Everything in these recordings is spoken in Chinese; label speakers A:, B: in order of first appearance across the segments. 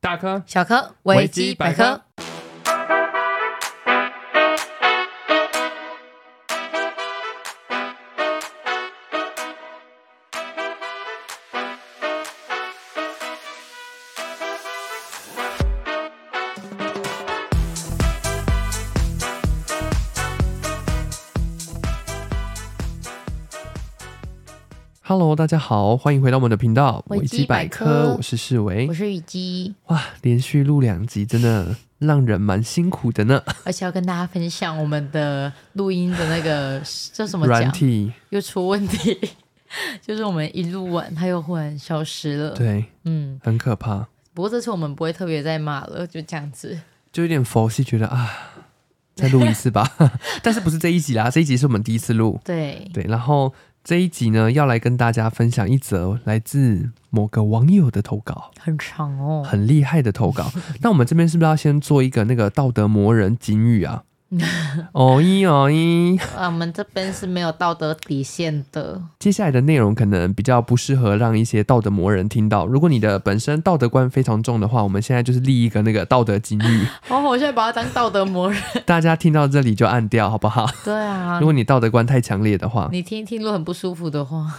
A: 大科
B: 小科
A: 维
B: 维
A: 基
B: 基
A: 百
B: 百
A: 科
B: 科。
A: ，Hello，大家好，欢迎回到我们的频道
B: 维基百科
A: 我是世维
B: 我。是雨姬，
A: 哇，连续录两集，真的让人蛮辛苦的呢。
B: 而且要跟大家分享我们的录音的那 个 这什么
A: 软
B: 讲
A: 体
B: 又出问题， 就是我们一录完它又忽然消失了。
A: 对，
B: 嗯，
A: 很可怕，
B: 不过这次我们不会特别再骂了，就这样子。
A: 就有点佛系，觉得啊，再录一次吧。 但是不是这一集啦，这一集是我们第一次录。
B: 对，
A: 对，然后这一集呢，要来跟大家分享一则来自某个网友的投稿。
B: 很长 哦，
A: 很厉害的投 稿。那我们这边是不是要先做一个那个道德魔人警语 啊？哦一哦一，
B: 啊，我们这边是没有道德底线的。
A: 接下来的内容可能比较不适合让一些道德魔人听到。如果你的本身道德观非常重的话，我们现在就是立一个那个道德警语，
B: 哦，我现在把它当道德魔人。
A: 大家听到这里就按掉，好不好？
B: 对啊
A: 如，果你道德观太强烈的话，
B: 你听一听，如果很不舒服的 话，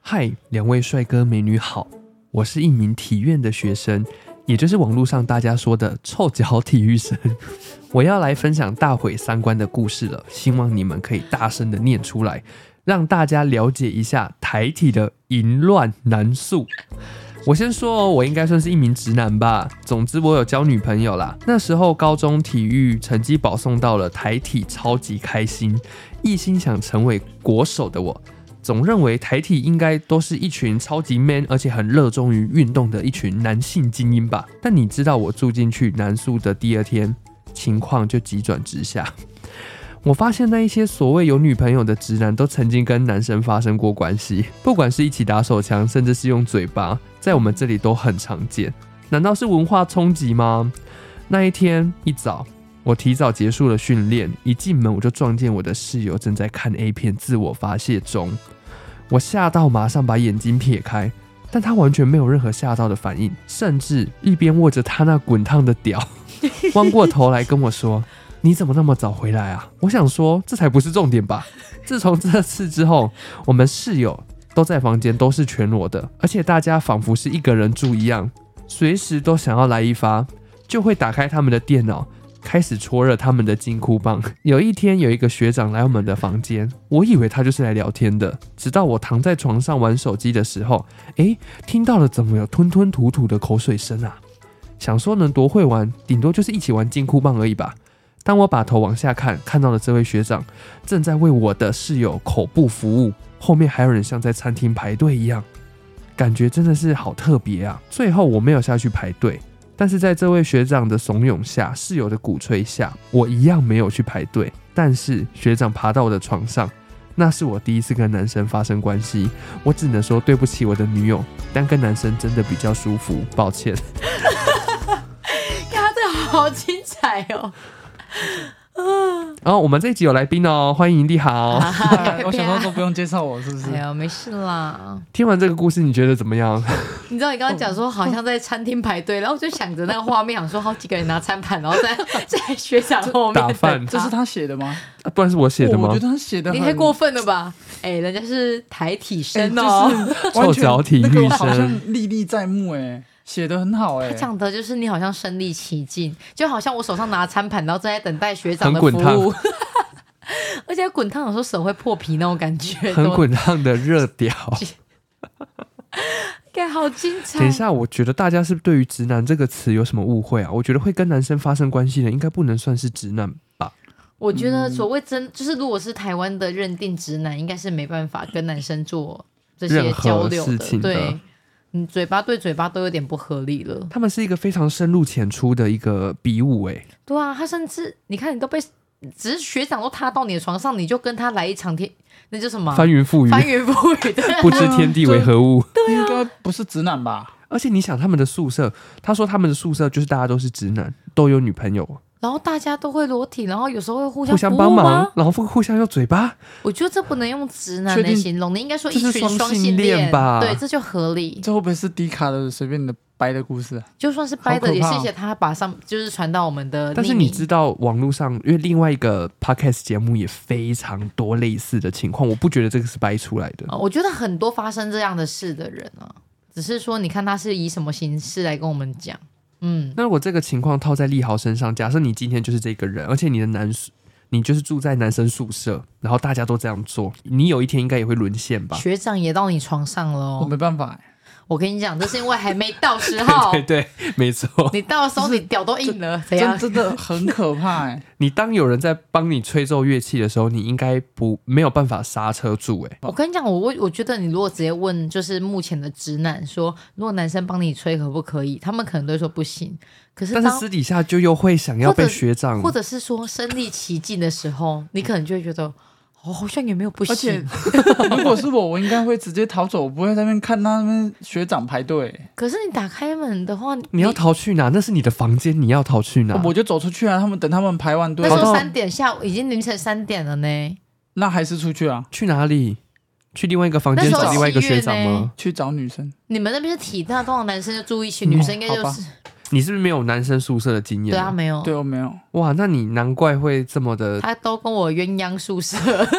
A: 嗨，两位帅哥美女好，我是一名体院的学生，也就是网络上大家说的臭脚体育生。 我要来分享大毁三观的故事了，希望你们可以大声的念出来，让大家了解一下台体的淫乱难诉。我先说哦，我应该算是一名直男吧。总之，我有交女朋友啦。那时候高中体育成绩保送到了台体，超级开心，一心想成为国手的我，总认为台体应该都是一群超级 man，而且很热衷于运动的一群男性精英吧。但你知道我住进去南宿的第二天，情况就急转直下。 我发现那一些所谓有女朋友的直男，都曾经跟男生发生过关系，不管是一起打手枪，甚至是用嘴巴，在我们这里都很常见。难道是文化冲击吗？那一天一早，我提早结束了训练，一进门我就撞见我的室友正在看 A 片自我发泄中。我吓到，马上把眼睛撇开，但他完全没有任何吓到的反应，甚至一边握着他那滚烫的屌， 弯过头来跟我说：“你怎么那么早回来啊？”我想说，这才不是重点吧。自从这次之后，我们室友都在房间都是全裸的，而且大家仿佛是一个人住一样，随时都想要来一发，就会打开他们的电脑。开始搓热他们的金箍棒。 有一天，有一个学长来我们的房间，我以为他就是来聊天的，直到我躺在床上玩手机的时候，诶，听到了怎么有吞吞吐吐的口水声啊？想说能多会玩，顶多就是一起玩金箍棒而已吧。当我把头往下看，看到了这位学长正在为我的室友口部服务，后面还有人像在餐厅排队一样，感觉真的是好特别啊！最后我没有下去排队，但是在这位学长的怂恿下，室友的鼓吹下，我一样没有去排队。但是学长爬到我的床上，那是我第一次跟男生发生关系，我只能说对不起我的女友，但跟男生真的比较舒服，抱 歉。
B: 呀，这好精彩哦！
A: 然后我们这一集有来宾哦，欢迎你好。
B: 啊
C: 我想说都不用介绍我，是不是
B: 哎？呀，没事啦。
A: 听完这个故事，你觉得怎么 样？
B: 你知道你刚刚讲说好像在餐厅排队，然后我就想着那个画面，想说好几个人拿餐盘，然后在在学长后面啊
A: 打饭
C: 这是他写的吗？
A: 啊不然是我写的
C: 我
A: 吗
C: 觉得？他写的
B: 你太过分了吧？哎、人家是台体生
A: 哎
B: 哦，
C: 就是
A: 臭
C: 完全
A: 脚体
C: 那个
A: 育
C: 我好
A: 生，
C: 像历历在目哎，写的很好哎
B: 他。讲的就是你好像身临其境，就好像我手上拿餐盘，然后正在等待学长
A: 很
B: 的服
A: 滚烫
B: 务， 而且滚烫，有时候手会破皮那种感觉，
A: 很，滚烫的热 屌。
B: 感好精彩。啊
A: 等一下，我觉得大家是不是对于“直男”这个词有什么误会啊？我觉得会跟男生发生关系的，应该不能算是直男吧？
B: 我觉得所谓真就是，如果是台湾的认定直男，应该是没办法跟男生做这些
A: 任何
B: 交流
A: 事情的
B: 对，你嘴巴对嘴巴都有点不合理了。
A: 他们是一个非常深入浅出的一个比武、欸，
B: 对啊，他甚至你看，你都被只是学长都踏到你的床上，你就跟他来一场天，那叫什么啊？
A: 翻云覆雨，
B: 翻云覆雨 的。
A: 不知天地为何 物。
B: 啊
C: 应该不是直男吧？
A: 而且你想，他们的宿舍，他说他们的宿舍就是大家都是直男，都有女朋友，
B: 然后大家都会裸体，然后有时候会互
A: 互
B: 相
A: 相
B: 服
A: 帮
B: 务
A: 忙
B: 吗，？
A: 然后互相用嘴巴，
B: 我觉得这不能用直男
C: 确
B: 来
C: 定
B: 形容，你应该说一
A: 这是
B: 群
A: 双
B: 双
A: 性
B: 性
A: 恋吧
B: 对，这就合理。
C: 这会不会是迪卡的随便的掰的故事啊？
B: 就算是掰的，
C: 好可
B: 也
C: 怕哦
B: 谢谢他把上就是传到我们的。
A: 但是你知，道网络上，因为另外一个 podcast 节目也非常多类似的情况，我不觉得这个是掰出来的。
B: 呃我觉得很多发生这样的事的人啊，只是说你看他是以什么形式来跟我们讲。嗯，
A: 那如果这个情况套在立豪身上，假设你今天就是这个人，而且你的男宿，你就是住在男生宿舍，然后大家都这样做，你有一天应该也会沦陷吧？
B: 学长也到你床上了
C: 我
B: 哦。
C: 没办法、欸，
B: 我跟你讲，这是因为还没到时 候
A: 对，对对， 没错。
B: 你到的时候你屌都硬了，怎
C: 真
B: 样？
C: 真的很可怕 哎、
A: 你当有人在帮你吹奏乐器的时候，你应该不没有办法刹车住、欸，
B: 我跟你讲，我我我觉得你如果直接问，就是目前的直男说，如果男生帮你吹可不可以，他们可能都会说不行。可是
A: 但是
B: 当
A: 私底下就又会想要
B: 或者
A: 被学长
B: 或者是说身历其境的时候，你可能就会觉得，哦，好像也没有不
C: 而且
B: 行。
C: 如果是我，我应该会直接逃走，我不会在那边看他们学长排队欸、
B: 可是你打开门的话，
A: 你要逃去哪？那是你的房间，你要逃去哪？
C: 我就走出去啊。他们等他们排完队
B: 那，时
A: 好
B: 候
A: 到
B: 三点下午已经凌晨三点了呢。
C: 那还是出去啊，
A: 去哪里？去另外一个房间
B: 那时候
A: 找另外一个学
B: 七
A: 长
B: 月呢
A: 吗？
C: 去找女生。
B: 你们那边是体大，通常男生就住一群，女生应该
C: 嗯
B: 就
C: 好吧
B: 是
A: 你是不是没有男生宿舍的经验？
B: 对啊，没有，
C: 对我没有，
A: 哇，那你难怪会这么的，
B: 他都跟我鸳鸯宿舍。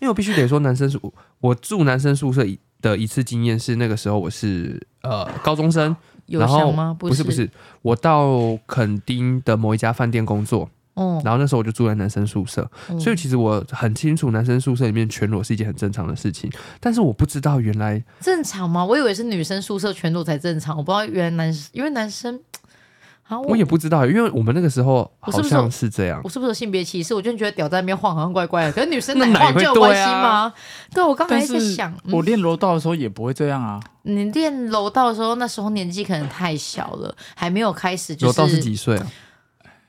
A: 因为我必须得说，男生宿我住男生宿舍的一次经验是，那个时候我是呃高中生，
B: 有
A: 然后
B: 想吗？
A: 不是
B: 是
A: 不，是，我到垦丁的某一家饭店工作，
B: 哦，
A: 然后那时候我就住在男生宿舍，
B: 嗯
A: 所以其实我很清楚男生宿舍里面全裸是一件很正常的事情，但是我不知道原来
B: 正常吗？我以为是女生宿舍全裸才正常，我不知道原来男生，因为男生啊，
A: 我也不知道，因为我们那个时候
B: 我是
A: 好
B: 不是
A: 像是这样
B: 我，是不是有性别歧视？我就觉得屌在那边晃好像怪 怪的，可是女生
A: 那
B: 奶
A: 奶
B: 晃就
A: 会
B: 有
A: 对
B: 关系
A: 啊
B: 吗？对我刚才
C: 但
B: 在
C: 是
B: 想，嗯
C: 我练柔道的时候也不会这样啊。
B: 你练柔道的时候，那时候年纪可能太小了，还没有开始，就
A: 柔道是
B: 是
A: 几岁啊？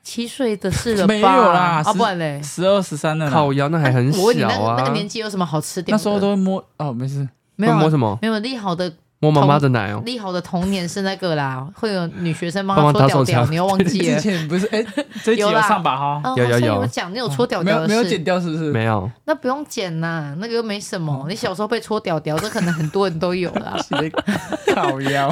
B: 七岁的事 了吧？
C: 没有啦
B: 啊，
C: 是
B: 不然嘞，
C: 十二十三的啦，
A: 靠腰那还很
B: 哎我问你
A: 小
B: 那
A: 啊，
B: 那个年纪有什么好吃点
C: 那
B: 的？
C: 时候都会摸哦，没事，
B: 没有
A: 会摸
B: 啊
A: 什么？
B: 没有利好的
A: 摸妈妈的奶哦、
B: 利好的童年是那个啦，会有女学生帮
A: 帮
B: 他
A: 忙打
B: 搓
A: 手
B: 屌屌，
A: 枪
B: 你又忘记
C: 之
B: 了。
C: 前不是哎，这一集
B: 有啦
C: 上吧哈，
B: 啊
A: 有有
B: 好像
A: 有
B: 讲，你有搓屌
C: 没
B: 屌
C: 有
B: 的
C: 没有
B: 事
C: 剪掉是不 是？
A: 没有，
B: 那不用剪呐，那个又没什
A: 哦
B: 么。你小时候被搓屌屌，这可能很多人都有啦。
C: 谁烤腰？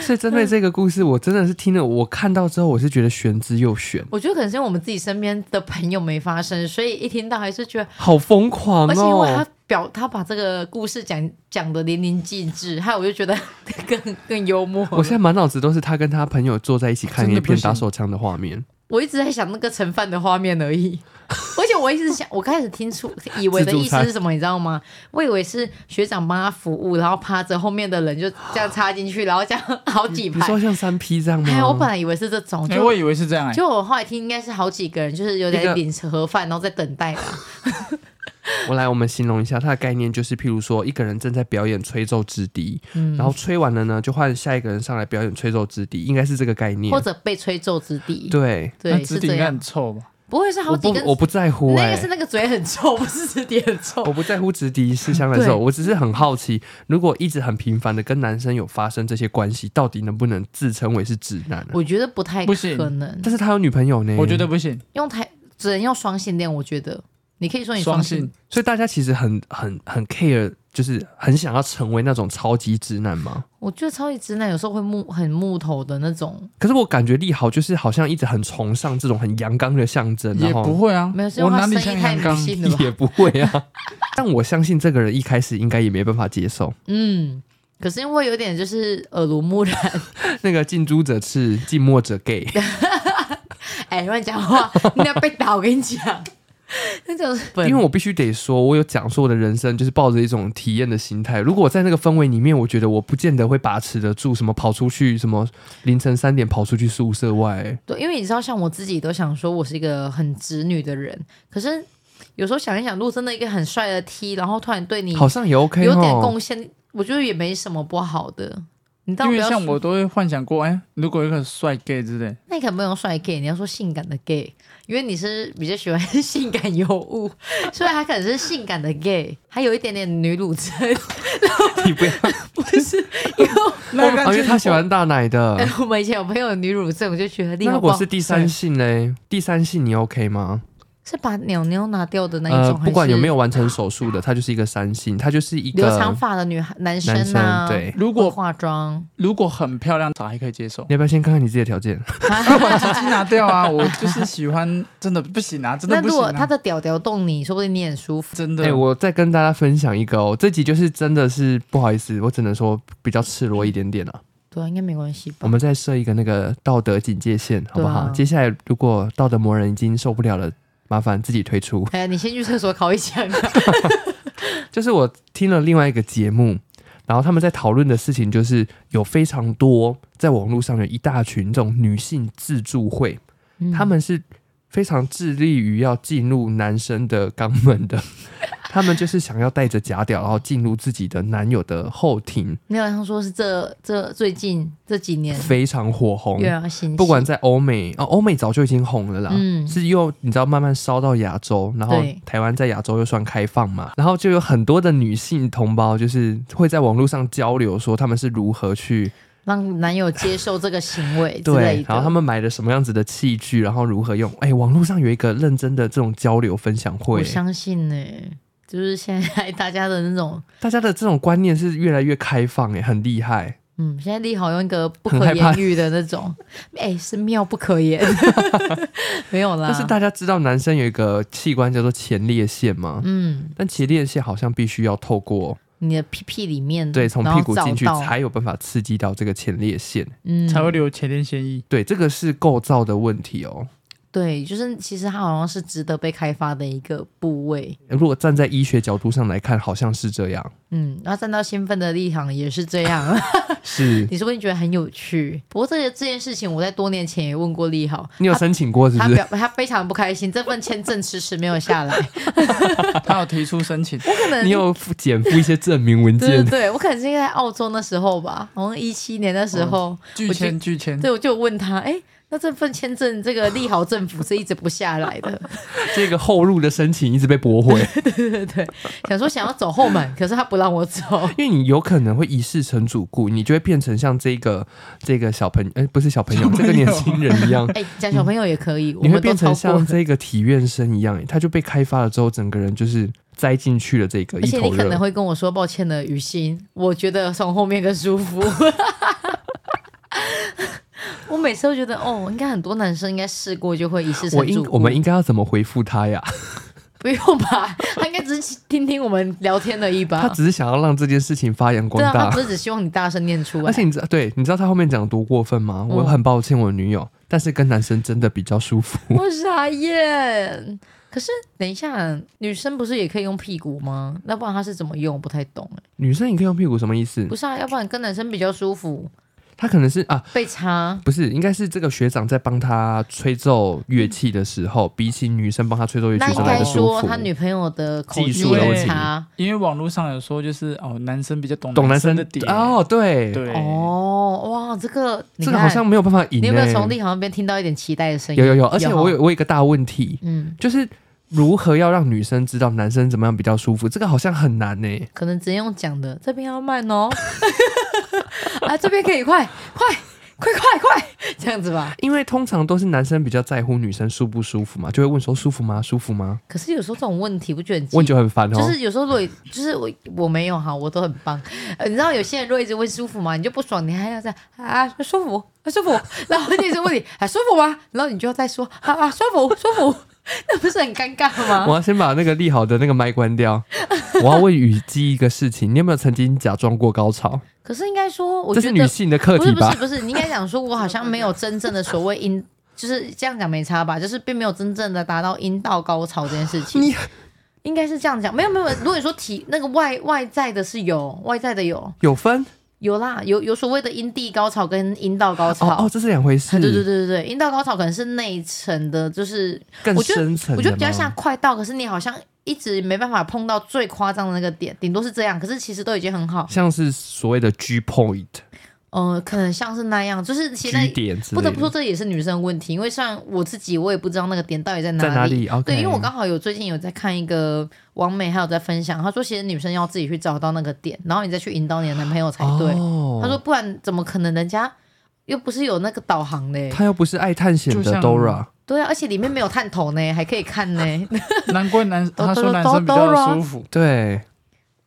A: 所以针
B: 嗯
A: 对这个故事，我真的是听了，我看到之后，我是觉得玄之又玄，
B: 我觉得可能是因为我们自己身边的朋友没发生，所以一听到还是觉得，
A: 好疯狂
B: 而且因为他
A: 哦！
B: 表他把这个故事讲讲的淋漓尽致，害我就觉得 更更幽默了。
A: 我现在满脑子都是他跟他朋友坐在一起看
C: 真的
A: 影片
C: 不行
A: 打手枪的画面，
B: 我一直在想那个盛饭的画面而已， 而且我一直想，我开始听出以为的意思是什么，你知道吗？我以为是学长帮他服务，然后趴着后面的人就这样插进去，然后这样好几
A: 你说
B: 排。
A: 像三 P 这样
B: 哎，我本
A: 吗？
B: 来以为是这种，
C: 哎，我
B: 就
C: 以为是这样哎，
B: 就我后来听应该是好几个人，就是有
A: 一个
B: 点领盒饭，然后在等待吧。
A: 我来，我们形容一下它的概念，就是譬如说，一个人正在表演吹奏之笛，
B: 嗯，
A: 然后吹完了呢，就换下一个人上来表演吹奏之笛，应该是这个概念
B: 或。者被吹皱之地。
A: 对，
C: 那
B: 对，
C: 指
B: 是
C: 顶
B: 这
C: 应该
B: 样
C: 很。臭吧？
B: 不会是好
A: 我
B: 几
A: 不
B: 根？
A: 我不在乎
B: 那
A: 哎、
B: 个是那个嘴很臭，不是指点很臭。
A: 我不在乎直敌是相难受，
B: 对
A: 我只是很好奇，如果一直很频繁的跟男生有发生这些关系，到底能不能自称为是直男、啊？
B: 我觉得不太
C: 不行
B: 可能，
A: 但是他有女朋友呢，
C: 我觉得，不行，
B: 用台只能用双性恋。我觉得你可以说你
C: 双
B: 性
C: 性，
A: 所以大家其实很很很 care，就是很想要成为那种超级直男嘛。
B: 我觉得超级直男有时候会木很木头的那种，
A: 可是我感觉利豪就是好像一直很崇尚这种很阳刚的象征，
C: 也
A: 然
C: 不
A: 后
C: 会啊
B: 没有，是，
C: 我
B: 因为他
C: 哪里
B: 声
C: 像
B: 音太
C: 阳
B: 女
C: 刚？
B: 性了吧？
A: 也不会啊。但我相信这个人一开始应该也没办法接受
B: 嗯，可是因为有点就是耳濡目染，
A: 那个近朱者赤，近墨者 gay。
B: 哎，乱讲话，你要被打。我跟你讲，那种
A: 因为我必须得说，我有讲说我的人生就是抱着一种体验的心态。如果我在那个氛围里面，我觉得我不见得会把持得住，什么跑出去，什么凌晨三点跑出去宿舍外，
B: 对，因为你知道，像我自己都想说，我是一个很直女的人，可是有时候想一想，如果真的一个很帅的 T，然后突然对你
A: 好像也 OK
B: 嗯有点
A: 哦。
B: 贡献，我觉得也没什么不好的。你当
C: 因
B: 然不
C: 为
B: 要
C: 像
B: 说，
C: 我都会幻想过，哎，如果有一个帅 gay 之类，
B: 那那个不用帅 gay，你要说性感的 gay，因为你是比较喜欢性感尤物，所以他可能是性感的 gay，还有一点点女乳症，
A: 你不要，
B: 不 是？因为
C: 那
A: 啊
C: 感
A: 因为
C: 觉
A: 他喜欢大奶的
B: 呃。我们以前有朋友有女乳症，我就觉得你
A: 那
B: 好
A: 如
B: 棒
A: 果是第三性嘞，第三性你 OK 吗？
B: 是把鸟鸟拿掉的那一
A: 呃，
B: 种，
A: 不管有没
B: 有
A: 有完成手术的，他就是一个三性，他就是一
B: 留
A: 个
B: 长发的女孩男生
A: 男
B: 啊，
A: 生。对，，
C: 如
B: 不
C: 果
B: 化妆，
C: 如果很漂亮，啥还可以 接受
A: 你。要不要先看看你自己的条件？
C: 那把鸡鸡拿掉啊！我就是喜欢，真的不行啊，真
B: 那
C: 的不
B: 如
C: 行
B: 果他
C: 啊，
B: 的屌屌动你，说不定你很舒服。
C: 真
A: 哎、
C: 的。
A: 我再跟大家分享一个哦，这集就是真的是不好意思，我只能说比较赤裸一点点了、
B: 对啊，应该没关系
A: 我
B: 吧？
A: 们再设一个那个道德警戒线，好不好？
B: 对啊
A: 接下来如果道德魔人已经受不了了，麻烦自己退出。
B: 哎，你先去厕所烤一枪啊！
A: 就是我听了另外一个节目，然后他们在讨论的事情就是有非常多在网络上有一大群这种女性自助会，
B: 嗯
A: 他们是非常致力于要进入男生的肛门的， 他们就是想要带着假屌，然后进入自己的男友的后庭，
B: 没有，他说是这这最近这几年
A: 非常火红
B: 越。来越新，
A: 不管在欧美啊，欧美早就已经红了啦，
B: 嗯
A: 是又你知道慢慢烧到亚洲，然后
B: 对
A: 台湾在亚洲又算开放嘛，然后就有很多的女性同胞就是会在网络上交流，说他们是如何去
B: 让男友接受这个行为之类
A: 对，
B: 的，
A: 然后他们买了什么样子的器具，然后如何用。哎，网络上有一个认真的这种交流分享
B: 我
A: 会，
B: 相信呢、就是现在大家的那种，
A: 大家的这种观念是越来越开放，哎，很厉害。
B: 嗯，现在利好用一个不
A: 很
B: 可
A: 害怕
B: 言喻的 那种，哎、是妙不可言， 没有啦，
A: 但是大家知道男生有一个器官叫做前列腺吗？
B: 嗯，
A: 但前列腺好像必须要透过
B: 你的屁屁里面，
A: 对从
B: 嗯然
A: 屁
B: 后
A: 股进去
B: 找到
A: 才有办法刺激到这个前列腺。
B: 嗯
C: 才会留前列 腺液。
A: 对，这个是构造的问题哦。
B: 对，就是其实它好像是值得被开发的一个部位，
A: 如果站在医学角度上来看，好像是这样。
B: 嗯，然后站到兴奋的立场也是这样，
A: 是
B: 你说不定觉得很有趣。不过这个这件事情，我在多年前也问过利好，
A: 你有申请过是
B: 他
A: 不是？
B: 表他非常不开心，这份签证迟迟没有下 来，
C: 他有提出申请，
B: 我可能
A: 你有附减负一些证明文
B: 对对
A: 件？
B: 对，我可能是因为在澳洲那时候吧，好像一七年那时候，
C: 拒签拒签。
B: 对，我就问他，哎，那这份签证这个利好政府是一直不下来的，
A: 这个后入的申请一直被驳回，
B: 对对对，想说想要走后门，可是他不让我走，
A: 因为你有可能会一世成主顾，你就会变成像这个这个小朋哎、不是小朋友，
C: 小朋
A: 这
C: 友
A: 个年轻人一 样，
B: 哎，讲小朋友也可以，我
A: 你会
B: 们都
A: 变
B: 超
A: 成
B: 过
A: 像。这个体院生一样，他就被开发了之后，整个人就是栽进去了这个
B: 而
A: 一
B: 且你
A: 头
B: 可能
A: 热。
B: 会跟我说抱歉的，雨欣，我觉得从后面更舒服。 我每次都觉得，哦，应该很多男生应该试过就会一试
A: 我
B: 成
A: 应
B: 主顾。哦
A: 我们应该要怎么回复他呀？
B: 不用吧？他应该只是听听我们聊天而已
A: 他
B: 吧？
A: 只是想要让这件事情发扬
B: 对
A: 光
B: 啊，
A: 大
B: 他。不是只希望你大声念出来。
A: 而且你知道，对，你知道他后面讲得多过分吗？
B: 嗯
A: 我很抱歉，我女友，但是跟男生真的比较舒服。
B: 我傻眼。可是等一下，女生不是也可以用屁股吗？那不然她是怎么用？我不太懂哎。
A: 女生你可以用屁股什么意思
B: 不？是啊，要不然跟男生比较舒服，
A: 他可能是啊，
B: 被插。
A: 不是，应该是这个学长在帮他吹奏乐器的时候，比起女生帮他吹奏乐器
B: 那
A: 是
B: 应
A: 来
B: 该
A: 的舒
B: 说
A: 服。
B: 他女朋友的口
A: 技
B: 技
C: 术的
B: 有
C: 问题
B: 差。
C: 因为网络上有说，就是哦，男生比较懂
A: 懂男生
C: 的点。
A: 哦，对，
C: 对，
B: 哦，哇，这个你
A: 这
B: 看
A: 个好像没有办法赢、欸。
B: 你有没有从立好像边听到一点期待的声音？
A: 有有有，而且我有
B: 哈
A: 我有一个大问题，
B: 嗯，
A: 就是如何要让女生知道男生怎么样比较舒服，这个好像很难欸呢、
B: 可能直接用讲的，这边要慢哦， 啊，这边可以快快快快快这样子吧。
A: 因为通常都是男生比较在乎女生舒不舒服嘛，就会问说舒服吗？舒服吗？
B: 可是有时候这种问题，不觉得很奇
A: 问就很烦哦。
B: 就是有时候如果就是我我没有哈，我都很棒。呃，你知道有些人如果一直问舒服吗，你就不爽，你还要这样啊舒服啊舒服，然后一直问你啊舒服吗？然后你就要再说啊啊舒服舒服， 那不是很尴尬吗
A: 我？要先把那个利好的那个麦关掉。我要问雨姬一个事情，你有没有曾经假装过高潮？
B: 可是应该说，我
A: 这
B: 觉
A: 是
B: 得
A: 女性的课
B: 不
A: 题
B: 是不
A: 吧
B: 是？不是，你应该讲说，我好像没有真正的所谓阴， 就是这样讲没差吧？就是并没有真正的达到阴道高潮这件事情。
A: 你
B: 应该是这样讲，没有没有。如果你说体那个外外在的是有外在的有
A: 有分
B: 有啦，有有所谓的阴蒂高潮跟阴道高潮。
A: 哦哦，这是两回事。
B: 对对对对对，阴道高潮可能是内层的，就是
A: 更
B: 我觉得
A: 深层的吗
B: 我觉得比较像快到，可是你好像一直没办法碰到最夸张的那个点，顶多是这样，可是其实都已经很好。
A: 像是所谓的 G point，
B: 呃，可能像是那样，就是其实
A: 据点之类
B: 不
A: 的
B: 得不说，这也是女生的问题，因为像我自己，我也不知道那个点到底在哪里。
A: 在哪里？OK
B: 对，因为我刚好有最近有在看一个网美，还有在分享，她说其实女生要自己去找到那个点，然后你再去引导你的男朋友才对。
A: 哦、
B: 她说不然怎么可能？人家又不是有那个导航嘞。
A: 他又不是爱探险
C: 就
A: 的
C: 像
A: Dora，
B: 对啊，而且里面没有探头呢，还可以看呢。
C: 难怪男
B: 都
C: 他
B: 都
C: 说男生比
B: 都都
C: 较舒服，
A: 对，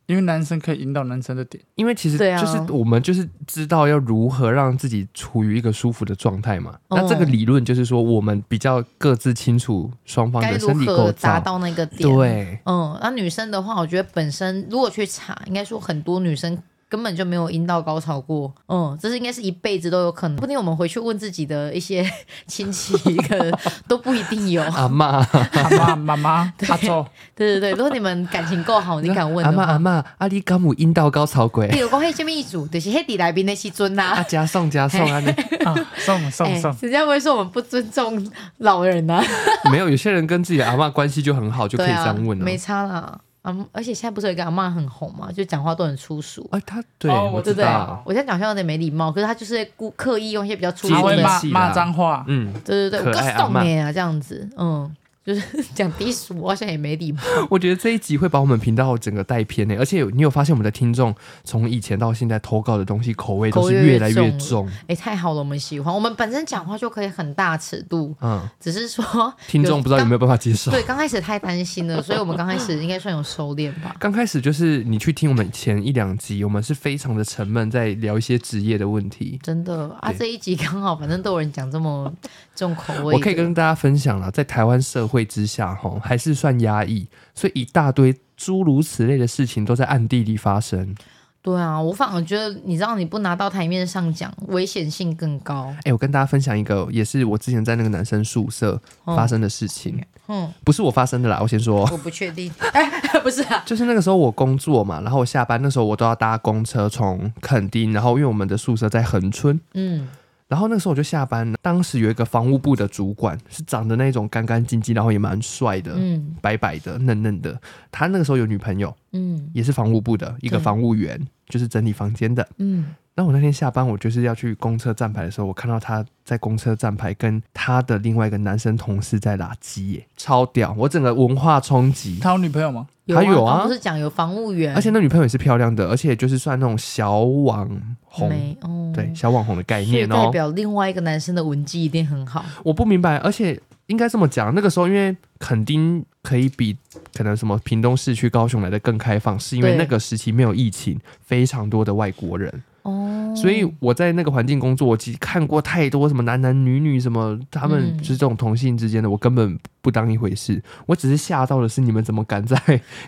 C: 因为男生可以引导男生的点。
A: 因为其实
B: 对啊
A: 就是我们就是知道要如何让自己处于一个舒服的状态嘛。
B: 哦
A: 那这个理论就是说，我们比较各自清楚双方
B: 该
A: 的
B: 如
A: 身体
B: 何
A: 构
B: 达
A: 造，
B: 到那个点？，
A: 对，
B: 嗯，那女生的话，我觉得本身如果去查，应该说很多女生根本就没有阴道高潮过，嗯，这是应该是一辈子都有可能。不定我们回去问自己的一些 亲戚，可能都不一定有。
A: 阿妈，
C: 阿妈、妈妈、阿周，
B: 对对对，如果你们感情够好，你敢问
A: 阿
B: 的
A: 妈
B: 话，
A: 阿妈，阿里甘姆阴道高潮
B: 比
A: 鬼，
B: 如讲，嘿，下面一组就是黑底来宾那些尊呐、
A: 啊加送加送啊，你
C: 啊，送
B: 哎
C: 送送，
B: 人家会说我们不尊重老人呐、
A: 没有有些人跟自己的阿妈关系就很好，就可以
B: 对
A: 这
B: 啊
A: 样问，了
B: 没。差啦。啊，而且现在不是有一个阿嬷很红嘛，就讲话都很粗俗。
A: 哎，他对
C: 哦
A: 我
C: 我
A: 知
B: 对不对
A: 道，？
B: 我现在讲好像有点没礼貌，可是他就是故刻意用一些比较
A: 其
B: 粗
A: 实
C: 他
B: 俗
A: 也
C: 会
B: 的，
C: 骂
A: 是啦
C: 骂脏话，
A: 嗯，
B: 对对对，
A: 可
B: 我告
A: 爱阿
B: 诉
A: 嬷
B: 你啊，这样子，嗯，就是 讲低俗，我好像也没礼貌。
A: 我觉得这一集会把我们频道整个带偏呢，欸而且你有发现我们的听众从以前到现在投稿的东西口味都
B: 口
A: 是
B: 味越
A: 越来越
B: 重
A: 重，
B: 哎，太好了，我们喜欢，我们本身讲话就可以很大尺度，
A: 嗯，
B: 只是说
A: 听众不知道有没有办法接受
B: 刚。对刚开始太担心了，所以我们刚开始应该算有收敛吧。
A: 刚开始就是你去听我们前一两集，我们是非常的沉闷，在聊一些职业的问题。
B: 真的啊，
A: 对
B: 这一集刚好，反正都有人讲这么 重口味
A: 我
B: 的，
A: 可以跟大家分享了，在台湾社会之下，吼还是算压抑，所以一大堆诸如此类的事情都在暗地里发生。
B: 对啊，我反而觉得，你知道，你不拿到台面上讲，危险性更高。
A: 哎、我跟大家分享一个，也是我之前在那个男生宿舍
B: 嗯
A: 发生的事情，
B: 嗯，
A: 不是我发生的啦，我先说。
B: 我不确定， 哎，不是啊，
A: 就是那个时候我工作嘛，然后我下班那时候我都要搭公车从垦丁，然后因为我们的宿舍在恒春，
B: 嗯，
A: 然后那时候我就下班了，当时有一个房务部的主管，是长得那种干干净净，然后也蛮帅的，
B: 嗯
A: 白白的、嫩嫩的。他那个时候有女朋友，
B: 嗯
A: 也是房务部的一个
B: 对
A: 房务员，就是整理房间的。
B: 嗯，
A: 那我那天下班，我就是要去公车站牌的时候，我看到他在公车站牌跟他的另外一个男生同事在拉鸡耶，超屌！我整个文化冲击。
C: 他有女朋友吗？
A: 还有啊
B: 啊，刚不是讲有防务员，
A: 而且那女朋友也是漂亮的，而且就是算那种小网红，
B: 没，哦，
A: 对，小网红的概
B: 所以
A: 念
B: 代
A: 哦。
B: 表另外一个男生的文技一定很好，
A: 我不明白，而且应该这么讲，那个时候因为垦丁可以比可能什么屏东市区、高雄来的更开放，是因为
B: 对
A: 那个时期没有疫情，非常多的外国人，
B: 哦，
A: 所以我在那个环境工作，我其实看过太多什么男男女女什么，他们
B: 嗯
A: 就是这种同性之间的，我根本不当一回事。我只是吓到的是，你们怎么敢在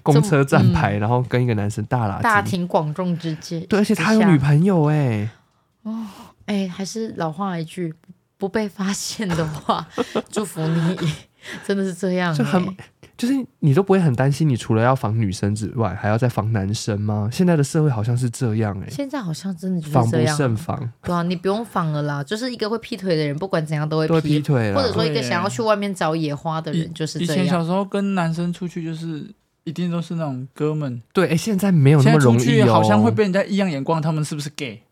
A: 公车站牌，然后跟一个男生大
B: 嗯大
A: 拉鸡？
B: 庭广众之间，
A: 啊对，而且他有
B: 之下
A: 女，朋友哎、
B: 哎，还是老话一句，不被发现的 话，祝福你，真的是这样，
A: 就很
B: 哎
A: 就是你都不会很担心，你除了要防女生之外，还要再防男生吗？现在的社会好像是这样哎、
B: 现在好像真的就
A: 防
B: 是
A: 不
B: 这样，
A: 胜防，
B: 对啊，你不用防了啦，就是一个会劈腿的人，不管怎样都会
A: 都会
B: 劈，
A: 劈腿
B: 或者
A: 了。
B: 说一个想要去外面找野花的
C: 以
B: 人就是
C: 以
B: 这
C: 前
B: 样。
C: 小时候跟男生出去就是。一定都是那种哥们，
A: 对，哎、现在没有
C: 现
A: 那
C: 在
A: 么
C: 出
A: 容易
C: 去
A: 哦、
C: 好像会被人家异样眼光，他们是不是 gay？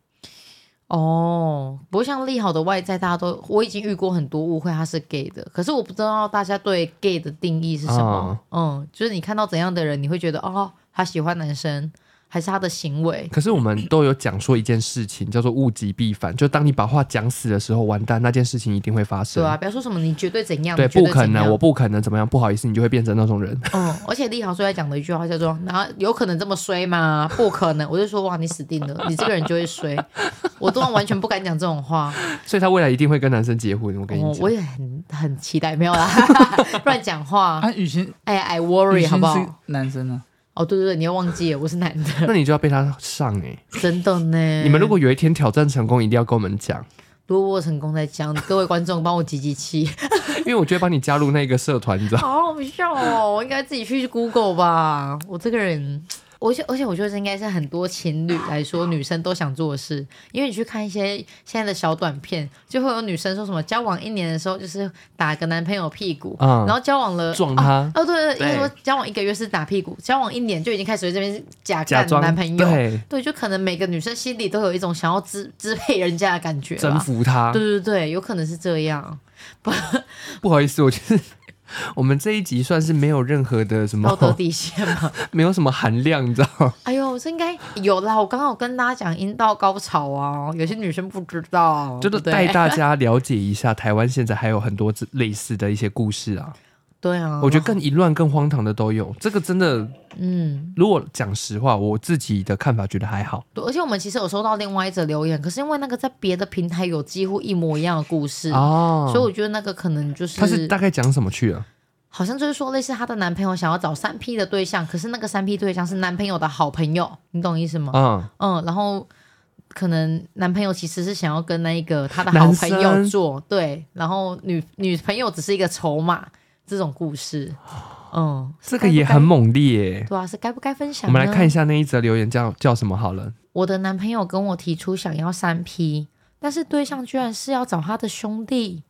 B: 哦，不过像利好的外在，大家都我已经遇过很多误会，他是 gay 的，可是我不知道大家对 gay 的定义是什
A: 啊
B: 么。嗯，就是你看到怎样的人，你会觉得哦，他喜欢男生，还是他的行为？
A: 可是我们都有讲说一件事情，叫做物极必反。就当你把话讲死的时候，完蛋，那件事情一定会发生。
B: 对啊，不要说什么你绝对怎样，
A: 对
B: 你绝
A: 不
B: 对
A: 可
B: 怎样
A: 能，我不可能怎么样，不好意思，你就会变成那种人。
B: 嗯，而且立豪最爱讲的一句话叫做“然后有可能这么衰 吗？不可能。”我就说：“哇，你死定了，你这个人就会衰。” 我都完全不敢讲这种话。
A: 所以他未来一定会跟男生结婚。我跟你
B: 我
A: 讲，
B: 我也很很期待，没有啦， 乱讲话。
C: 啊，雨欣，
B: 哎，I
C: 雨
B: worry 好
C: 欣
B: 不
C: 是
B: 好？
C: 男生啊，
B: 哦，对对对，你又忘记了，我是男的，
A: 那你就要被他上哎、
B: 真的呢。
A: 你们如果有一天挑战成功，一定要跟我们讲，
B: 如果我成功再讲，各位观众帮我集集气。
A: 因为我就会帮你加入那个社团，你知道吗。
B: 好好笑哦，我应该自己去 Google 吧。我这个人而且而且我觉得这应该是很多情侣来说女生都想做的事，因为你去看一些现在的小短片，就会有女生说什么交往一年的时候就是打个男朋友屁股，
A: 嗯
B: 然后交往了
A: 撞他
B: 哦，哦对对对，
A: 对
B: 因为说交往一个月是打屁股，交往一年就已经开始在这边假
A: 假
B: 干
A: 装
B: 男朋友，
A: 对，
B: 对，就可能每个女生心里都有一种想要支支配人家的感觉
A: 征
B: 吧。
A: 服啊他。
B: 对对对，有可能是这样。
A: 不好意思，我觉得我们这一集算是没有任何的什
B: 道德
A: 么，
B: 底线嘛。
A: 没有什么含量，你知道吗？
B: 哎呦，这应该有啦。我刚好跟大家讲阴道高潮啊，有些女生不知道，
A: 就是
B: 哦对不对
A: 带大家了解一下，台湾现在还有很多这类似的一些故事啊。
B: 对啊，
A: 我觉得更淫乱、更荒唐的都有。这个真的，
B: 嗯，
A: 如果讲实话，我自己的看法觉得还好。
B: 对。而且我们其实有收到另外一则留言，可是因为那个在别的平台有几乎一模一样的故事，
A: 哦
B: 所以我觉得那个可能就是
A: 他是大概讲什么去了？
B: 好像就是说类似她的男朋友想要找三 P 的对象，可是那个三 P 对象是男朋友的好朋友，你懂意思吗？
A: 嗯，
B: 嗯，然后可能男朋友其实是想要跟那一个他的
A: 男
B: 好朋友
A: 生
B: 做，对，然后女女朋友只是一个筹码，这种故事，嗯，
A: 这个也很
B: 猛，
A: 猛烈耶。
B: 对啊，是该不该分享？
A: 我们来看一
B: 下，
A: 下那一则留言叫叫什么好了。
B: 我的男朋友跟我提出想要三 P，但是对象居然是要找他的兄弟，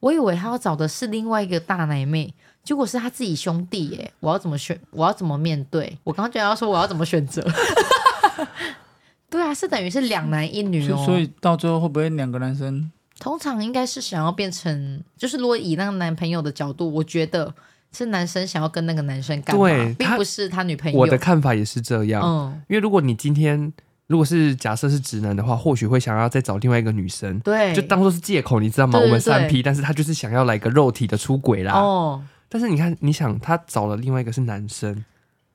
B: 我以为他要找的是另外一个大奶妹。结果是他自己兄弟耶，我要怎么选？我要怎么面对？我刚刚就要说我要怎么选择？ 对啊，是等于是两男一女哦。
C: 所所以到最后会不会两个男生？
B: 通常应该是想要变成，就是如果以那个男朋友的角度，我觉得是男生想要跟那个男生干嘛，
A: 对
B: 并
A: 他
B: 不是他女朋友。
A: 我的看法也是这样，
B: 嗯，
A: 因为如果你今天如果是假设是直男的话，或许会想要再找另外一个女生，
B: 对，
A: 就当做是借口，你知道吗？
B: 对对
A: 我们三 P，但是他就是想要来个肉体的出轨啦。
B: 哦，
A: 但是你看，你想他找了另外一个是男生，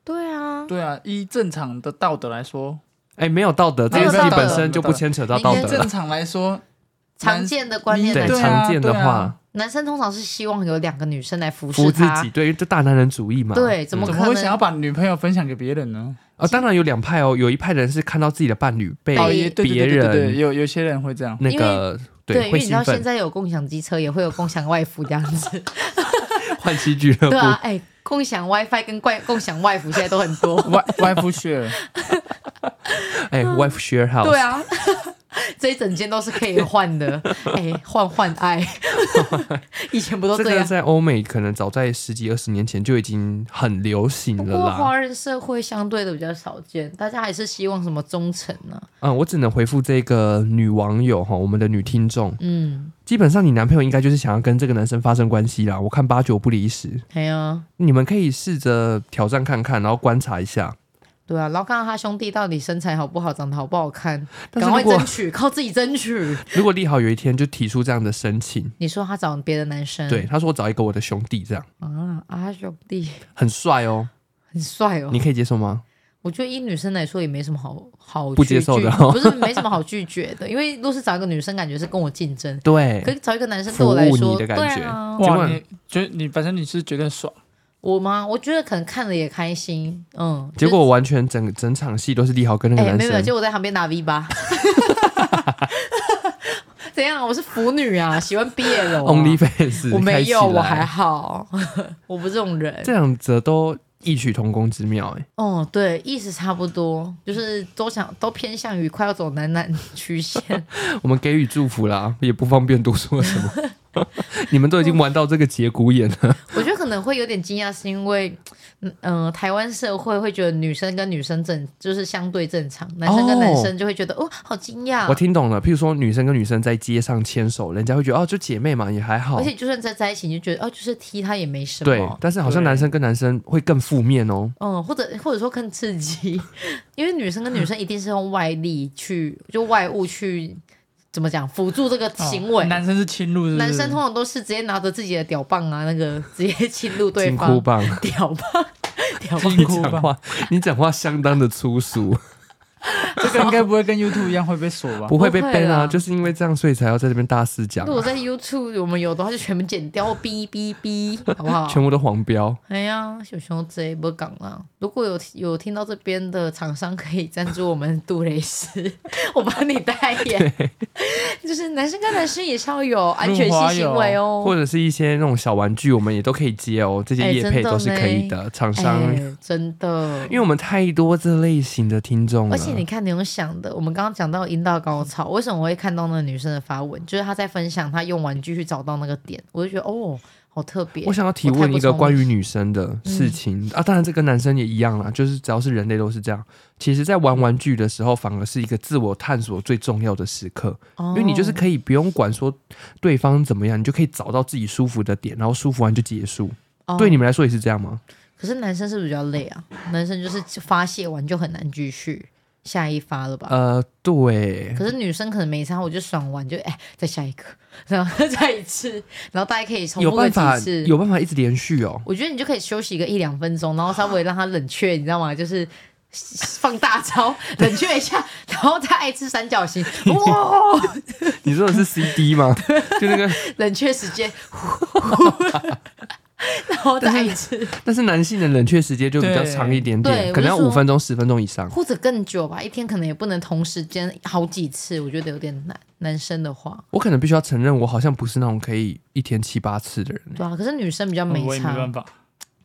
B: 对啊，
C: 对啊，依正常的道德来说，
A: 哎，没有道德，这
B: 没有
A: 个
B: 道
A: 戏
B: 德
A: 本身就不牵扯到道
B: 应
A: 德
B: 该
A: 了
C: 正。常来说，
B: 常见的观念
C: 对
A: 对，
B: 来
C: 啊
B: 说，
A: 常见的
C: 对啊
A: 话，
B: 男生通常是希望有两个女生来服
A: 服
B: 侍
A: 自
B: 他
A: 己，。对，这大男人主义嘛。
B: 对怎么
A: 嗯
C: 怎么会想要把女朋友分享给别人呢？
A: 啊？当然有两派哦，有一派人是看到自己的伴侣被
C: 哦，也对对
A: 别
C: 对对对对，
A: 人
C: 有有些人会这样。
A: 那个
B: 对，
A: 对
B: 因
A: 会
B: 为你知
A: 兴
B: 道现
A: 奋，
B: 在有共享机车，也会有共享外服这样 子，
A: 换妻俱乐
B: 对啊
A: 部，，
B: 哎、共享 WiFi 跟怪共享外服现在都很多，
C: 外外 夫血，
A: 哎，wife share house，
B: 对啊，这一整间都是可以换 的，哎、换换爱， 以前不都
A: 这
B: 这
A: 个
B: 样？
A: 在欧美可能早在十几二十年前就已经很流行
B: 不
A: 了
B: 过
A: 啦。
B: 华人社会相对的比较少见，大家还是希望什么忠诚啊呢、
A: 嗯，我只能回复这个女网友哈，我们的女听众，
B: 嗯，
A: 基本上你男朋友应该就是想要跟这个男生发生关系啦，我看八九不离十。
B: 对啊，
A: 你们可以试着挑战看看，然后观察一下。
B: 对啊，然后看看他兄弟到底身材好不好，长得好不好看，
A: 但
B: 赶
A: 是
B: 快
A: 如果
B: 争取，靠自己争取。
A: 如果利好有一天就提出这样的申请，
B: 你说他找别的男生，
A: 对他说我找一个我的兄弟，这样
B: 啊啊，兄弟
A: 很帅哦，
B: 很帅哦
A: 你。可以接受吗？
B: 我觉得以女生来说也没什么好好
A: 不
B: 拒
A: 接受的
B: 拒
A: 哦
B: 不是没什么好拒绝的，因为如果是找一个女生，感觉是跟我竞争，
A: 对
B: 可，是找一个男生对我来
A: 服务
B: 说，
A: 你的感觉
B: 对啊，
A: 结果
C: 哇，你觉得你反正你是觉得爽，
B: 我吗？我觉得可能看了也开心，嗯。
A: 结果完全整整场戏都是利好跟那
B: 就
A: 个
B: 是哎、
A: 男
B: 没有没有，结
A: 生。
B: 果我在旁边打 V 八。 怎样？我是腐女啊，喜欢 BL 啊、
A: Only fans，
B: 我没有，我
A: 开起
B: 还
A: 来
B: 好， 我不是这种人。
A: 这两则都异曲同工之妙哎、
B: 哦，对，意思差不多，就是都想都偏向于快要走男男曲线。
A: 我们给予祝福啦，也不方便多说什么。 你们都已经玩到这个节骨眼了，
B: 我觉得可能会有点惊讶，是因为，嗯、呃台湾社会会觉得女生跟女生正就是相对正常，男生跟男生就会觉得哦好惊讶
A: 我。听懂了。譬如说，女生跟女生在街上牵手，人家会觉得哦，就姐妹嘛，也还好
B: 而。且就算在在一起，你就觉得哦，就是踢他也没什
A: 对
B: 么，。
A: 但是好像
C: 对
A: 男生跟男生会更负面哦。
B: 嗯，或者或者说更刺激， 因为女生跟女生一定是用外力去，就外物去怎么讲辅助这个行为。
C: 哦男生是侵入，是不是
B: 男生通常都是直接拿着自己的屌棒啊，那个直接侵入对
A: 金箍
B: 方。
A: 棒，
B: 屌棒，屌 棒，
A: 你
C: 金箍
A: 讲
C: 棒
A: 话，你讲话相当的粗俗。
C: 这个应该不会跟 YouTube 一样会被锁吧？
A: 不会被
B: 不会
A: ban 啊，
B: 啦
A: 就是因为这样，所以才要在这边大肆讲
B: 如果
A: 啊、
B: 在 YouTube 我们有的话，就全部剪掉，哔哔哔，好不好？
A: 全部都黄标。
B: 哎呀，小熊贼不讲啦！如果有有听到这边的厂商可以赞助我们杜蕾斯， 我帮你代言。 就是男生跟男生也是要有安全性行 为哦。
A: 或者是一些那种小玩具，我们也都可以接哦，这些
B: 哎
A: 业配
B: 真的
A: 都是可以
B: 呢
A: 的。厂
B: 哎
A: 商，
B: 真的
A: 因，为我们太多这类型的听众了，
B: 而且你看，你用想的，我们刚刚讲到阴道高潮，为什么我会看到那个女生的发文？就是她在分享她用玩具去找到那个点，我就觉得哦，好特别。
A: 我想要提问一个关
B: 于
A: 于女生的
B: 嗯
A: 事情、啊，当然这跟男生也一样啦，就是只要是人类都是这样。其实，在玩玩具的时候，反而是一个自我探索最重要的时刻，
B: 哦
A: 因为你就是可以不用管说对方怎么样，你就可以找到自己舒服的点，然后舒服完就结束。对你们来说也是这样吗？
B: 哦可是男生是不是比较累啊？男生就是发泄完就很难继续下一发了吧？
A: 呃，对，
B: 可是女生可能没差，我就爽完就哎、再下一个，然后再一次，然后大家可以重
A: 有
B: 复个
A: 办法
B: 几次。
A: 有办法一直连续哦。
B: 我觉得你就可以休息个一两分钟，然后稍微让它冷却，你知道吗？就是放大招冷却一下，然后再爱吃三角形，哇，
A: 你说的 是 CD 吗？就那个，
B: 冷却时间，然后再一次，
A: 但是男性的冷却时间就比较
C: 对
A: 长一点
B: 对
A: 点，
B: 我
A: 可能要
B: 就说
A: 五分钟、十分钟以上。
B: 或者更久吧，一天可能也不能同时间好几次，我觉得有点难。男生的话，
A: 我可能必须要承认，我好像不是那种可以一天七八次的人。
B: 对啊，可是女生比较没
C: 我也没
B: 差，
C: 办法。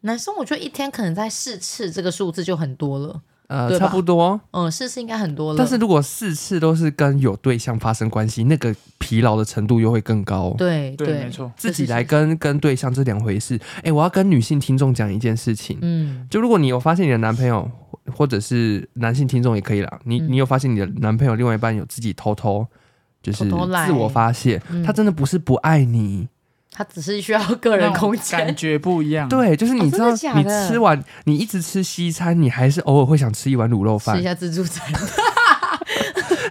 B: 男生我觉得一天可能在四次这个数字就很多了。
A: 呃，
B: 对
A: 差
B: 吧
A: 不多。
B: 嗯，四次应该很多了。
A: 但是如果四次都是跟有对象发生关系，那个疲劳的程度又会更高。
B: 对
C: 对没错
A: 自己来，跟跟对象这两回事。哎、我要跟女性听众讲一件事情，
B: 这是嗯，
A: 就如果你有发现你的男朋友或或者是男性听众也可以啦，你
B: 嗯
A: 你有发现你的男朋友另外一半有自己偷偷就是
B: 偷偷来
A: 自我发泄，
B: 嗯
A: 他真的不是不爱你，
B: 他只是需要个人空
C: 感
B: 间。
C: 觉不一样。，
A: 对，就是你知
B: 哦
A: 道、
B: 真的假
A: 你
B: 的
A: 吃完你一直吃西餐，你还是偶尔会想吃一碗卤肉
B: 吃
A: 饭
B: 一，下自助餐，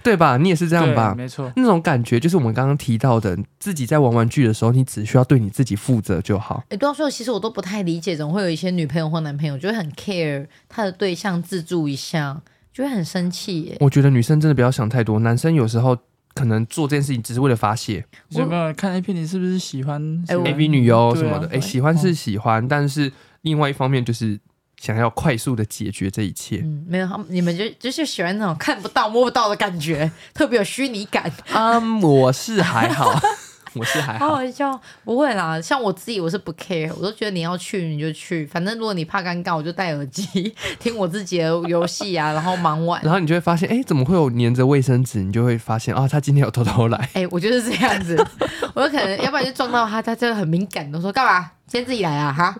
A: 对吧？你也是这
C: 这
A: 样吧？
C: 没错。
A: 那种感觉就是我们刚刚提到的，自己在玩玩具的时候，你只需要对你自己负责就好。
B: 哎，对啊，所以其实我都不太理解，怎么会有一些女朋友或男朋友就会很 care 他的对象自助一下，就会很生气耶。
A: 我觉得女生真的不要想太多，男生有时候可能做这件事情只是为了发泄
B: 我
C: 有没有看 A 片？你是不是喜欢
B: 哎我
A: ，A V 女优什
C: 对啊
A: 么的。哎、
B: 对
A: 喜欢是喜欢，但是另外一方面就是想要快速的解决这一切。
B: 嗯，没有，他们你们就就是喜欢那种看不到、摸不到的感觉，特别有虚拟感。
A: 嗯，我是还好， 我是还
B: 好
A: 好。
B: 好笑，不会啦。像我自己，我是不 care，我都觉得你要去你就去，反正如果你怕尴尬，我就戴耳机听我自己的游戏啊，然后忙完。
A: 然后你就会发现，哎、怎么会有粘着卫生纸？你就会发现啊，他今天有偷偷来。
B: 哎、我就是这样子， 我有可能要不然就撞到他，他真的很敏感，都说干嘛，今天自己来啊哈。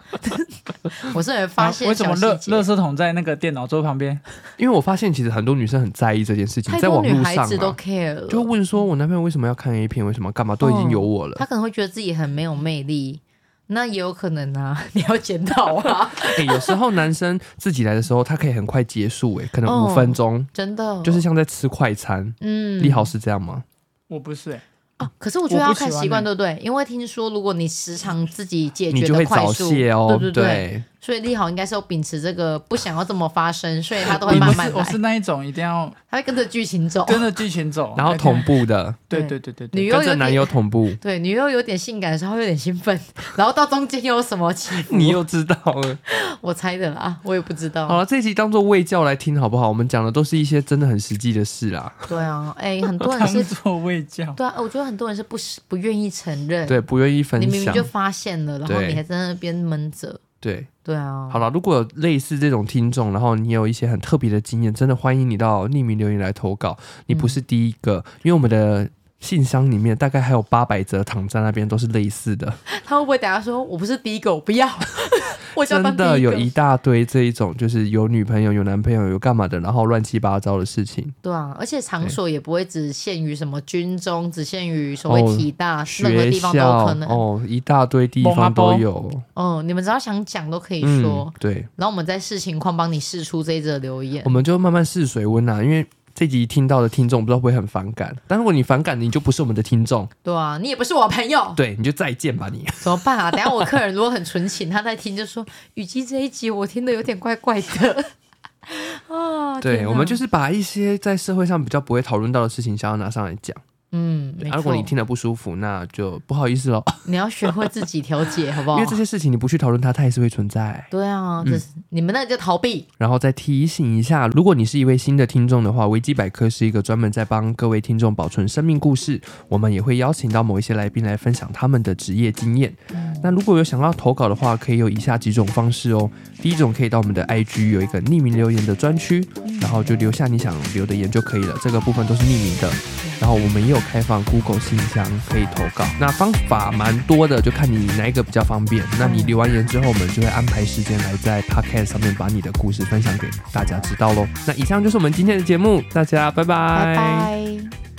B: 我是很发
C: 啊
B: 现
C: 为什
B: 小
C: 么
B: 细
C: 垃
B: 节，
C: 垃圾桶在那个电脑桌旁 边？
A: 因为我发现其实很多女生很在意这件事情，
B: 太
A: 在
B: 多
A: 网
B: 女
A: 络
B: 孩
A: 上、
B: 子都
A: 啊、
B: care 了，
A: 就问说，我男朋友为什么要看 A 片？为什么要干嘛？都已经有我了。
B: 嗯哦他可能会觉得自己很没有魅力，那也有可能啊， 你要检讨 啊，
A: 哎、有时候男生自己来的时候，他可以很快结束、欸，可能
B: 哦
A: 五分钟，
B: 真的，
A: 就是像在吃快餐。
B: 嗯，
A: 利豪是这样吗？
C: 我不是、欸，
B: 哦，可是我觉得要看习惯，
C: 我不喜欢欸
B: 对不对？因为听说如果你时常自己解
A: 你
B: 决
A: 就
B: 的
A: 会
B: 快
A: 早
B: 速，
A: 泄哦，
B: 对对
A: 对
B: 所以利好应该是有秉持这个不想要这么发生，所以他都
C: 我
B: 会
C: 不
B: 慢
C: 是
B: 慢
C: 我是
B: 来，
C: 那一种一定要
B: 他会跟着剧情走。
C: 跟着剧情走，
A: 然后同步的，
C: 对对对对对
B: 哦女，
A: 跟
B: 优
A: 着
B: 有
A: 男友
B: 点
A: 同 步，
B: 对女优有点性感的时候，她会有点兴奋， 然后到中间又有什么起伏，
A: 你又知道
B: 哦
A: 了。
B: 我猜的啦，我也不知
A: 好
B: 道。
A: 了，这一集当做卫教来听好不好？我们讲的都是一些真的很实际的事啦，
B: 对啊，哎、很多人
C: 当
B: 是，
C: 做喂教。
B: 对啊，我觉得很多人是不是不愿意承认，
A: 对，不愿意分
B: 你明明
A: 享
B: 就，发现了，然后
A: 对
B: 你还在那边闷着，
A: 对。
B: 对啊，
A: 好了，如果有类似这种听众，然后你有一些很特别的经验，真的欢迎你到匿名留言来投稿。你不是第一个，因为我们的信箱里面大概还有八百则躺在那边都是类似的，
B: 他会不会等下说我不是第一个，我 不要， 我就要当
A: 真
B: 第
A: 的
B: 一
A: 有
B: 个？
A: 一大堆这一种，就是有女朋友、有男朋友、有干嘛的，然后乱七八糟的事情，
B: 对啊，而且场
A: 对
B: 所也不会只限于什么军中，只限于所谓
A: 哦
B: 体大，啊任何
A: 学
B: 地方都有
A: 校
B: 可能。哦
A: 哦，一大堆地方都有。
B: 你们只要想讲都可以说，
A: 嗯，对，
B: 然后我们在视情况帮你试出这一则留言
A: 我。们就慢慢试水温啊啦、因为。这集听到的听众不知道会不会很反感，但如果你反感，你就不是我们的听众，
B: 对啊，你也不是我朋友，
A: 对，你就再见吧你。
B: 怎么办啊？等一下我客人如果很纯情，他在听就说：“雨姬这一集我听的有点怪怪的。” 啊，天
A: 对，
B: 哪
A: 我们就是把一些在社会上比较不会讨论到的事情，想要拿上来讲。
B: 嗯，没
A: 啊、如果
B: 错
A: 你听了不舒服，那就不好意思喽，
B: 你要学会自己调节，好不
A: 因
B: 好
A: 为？这些嗯事情你不去讨论它，它也是会存在。
B: 对啊，这是你们那叫逃避，
A: 然后再提醒一下，如果你是一位新的听众的话，维基百科是一个专门在帮各位听众保存生命故事，我们也会邀请到某一些来宾来分享他们的职业经验。那如果有想要投稿的话，可以有以下几种方式哦。第一种可以到我们的 IG 有一个匿名留言的专区，然后就留下你想留的言就可以了，这个部分都是匿名的。然后我们也有开放 Google 信箱可以投稿，那方法蛮多的，就看你哪一个比较方便。那你留完言之后，我们就会安排时间来在 Podcast 上面把你的故事分享给大家知道喽。那以上就是我们今天的节目，大家拜
B: 拜拜。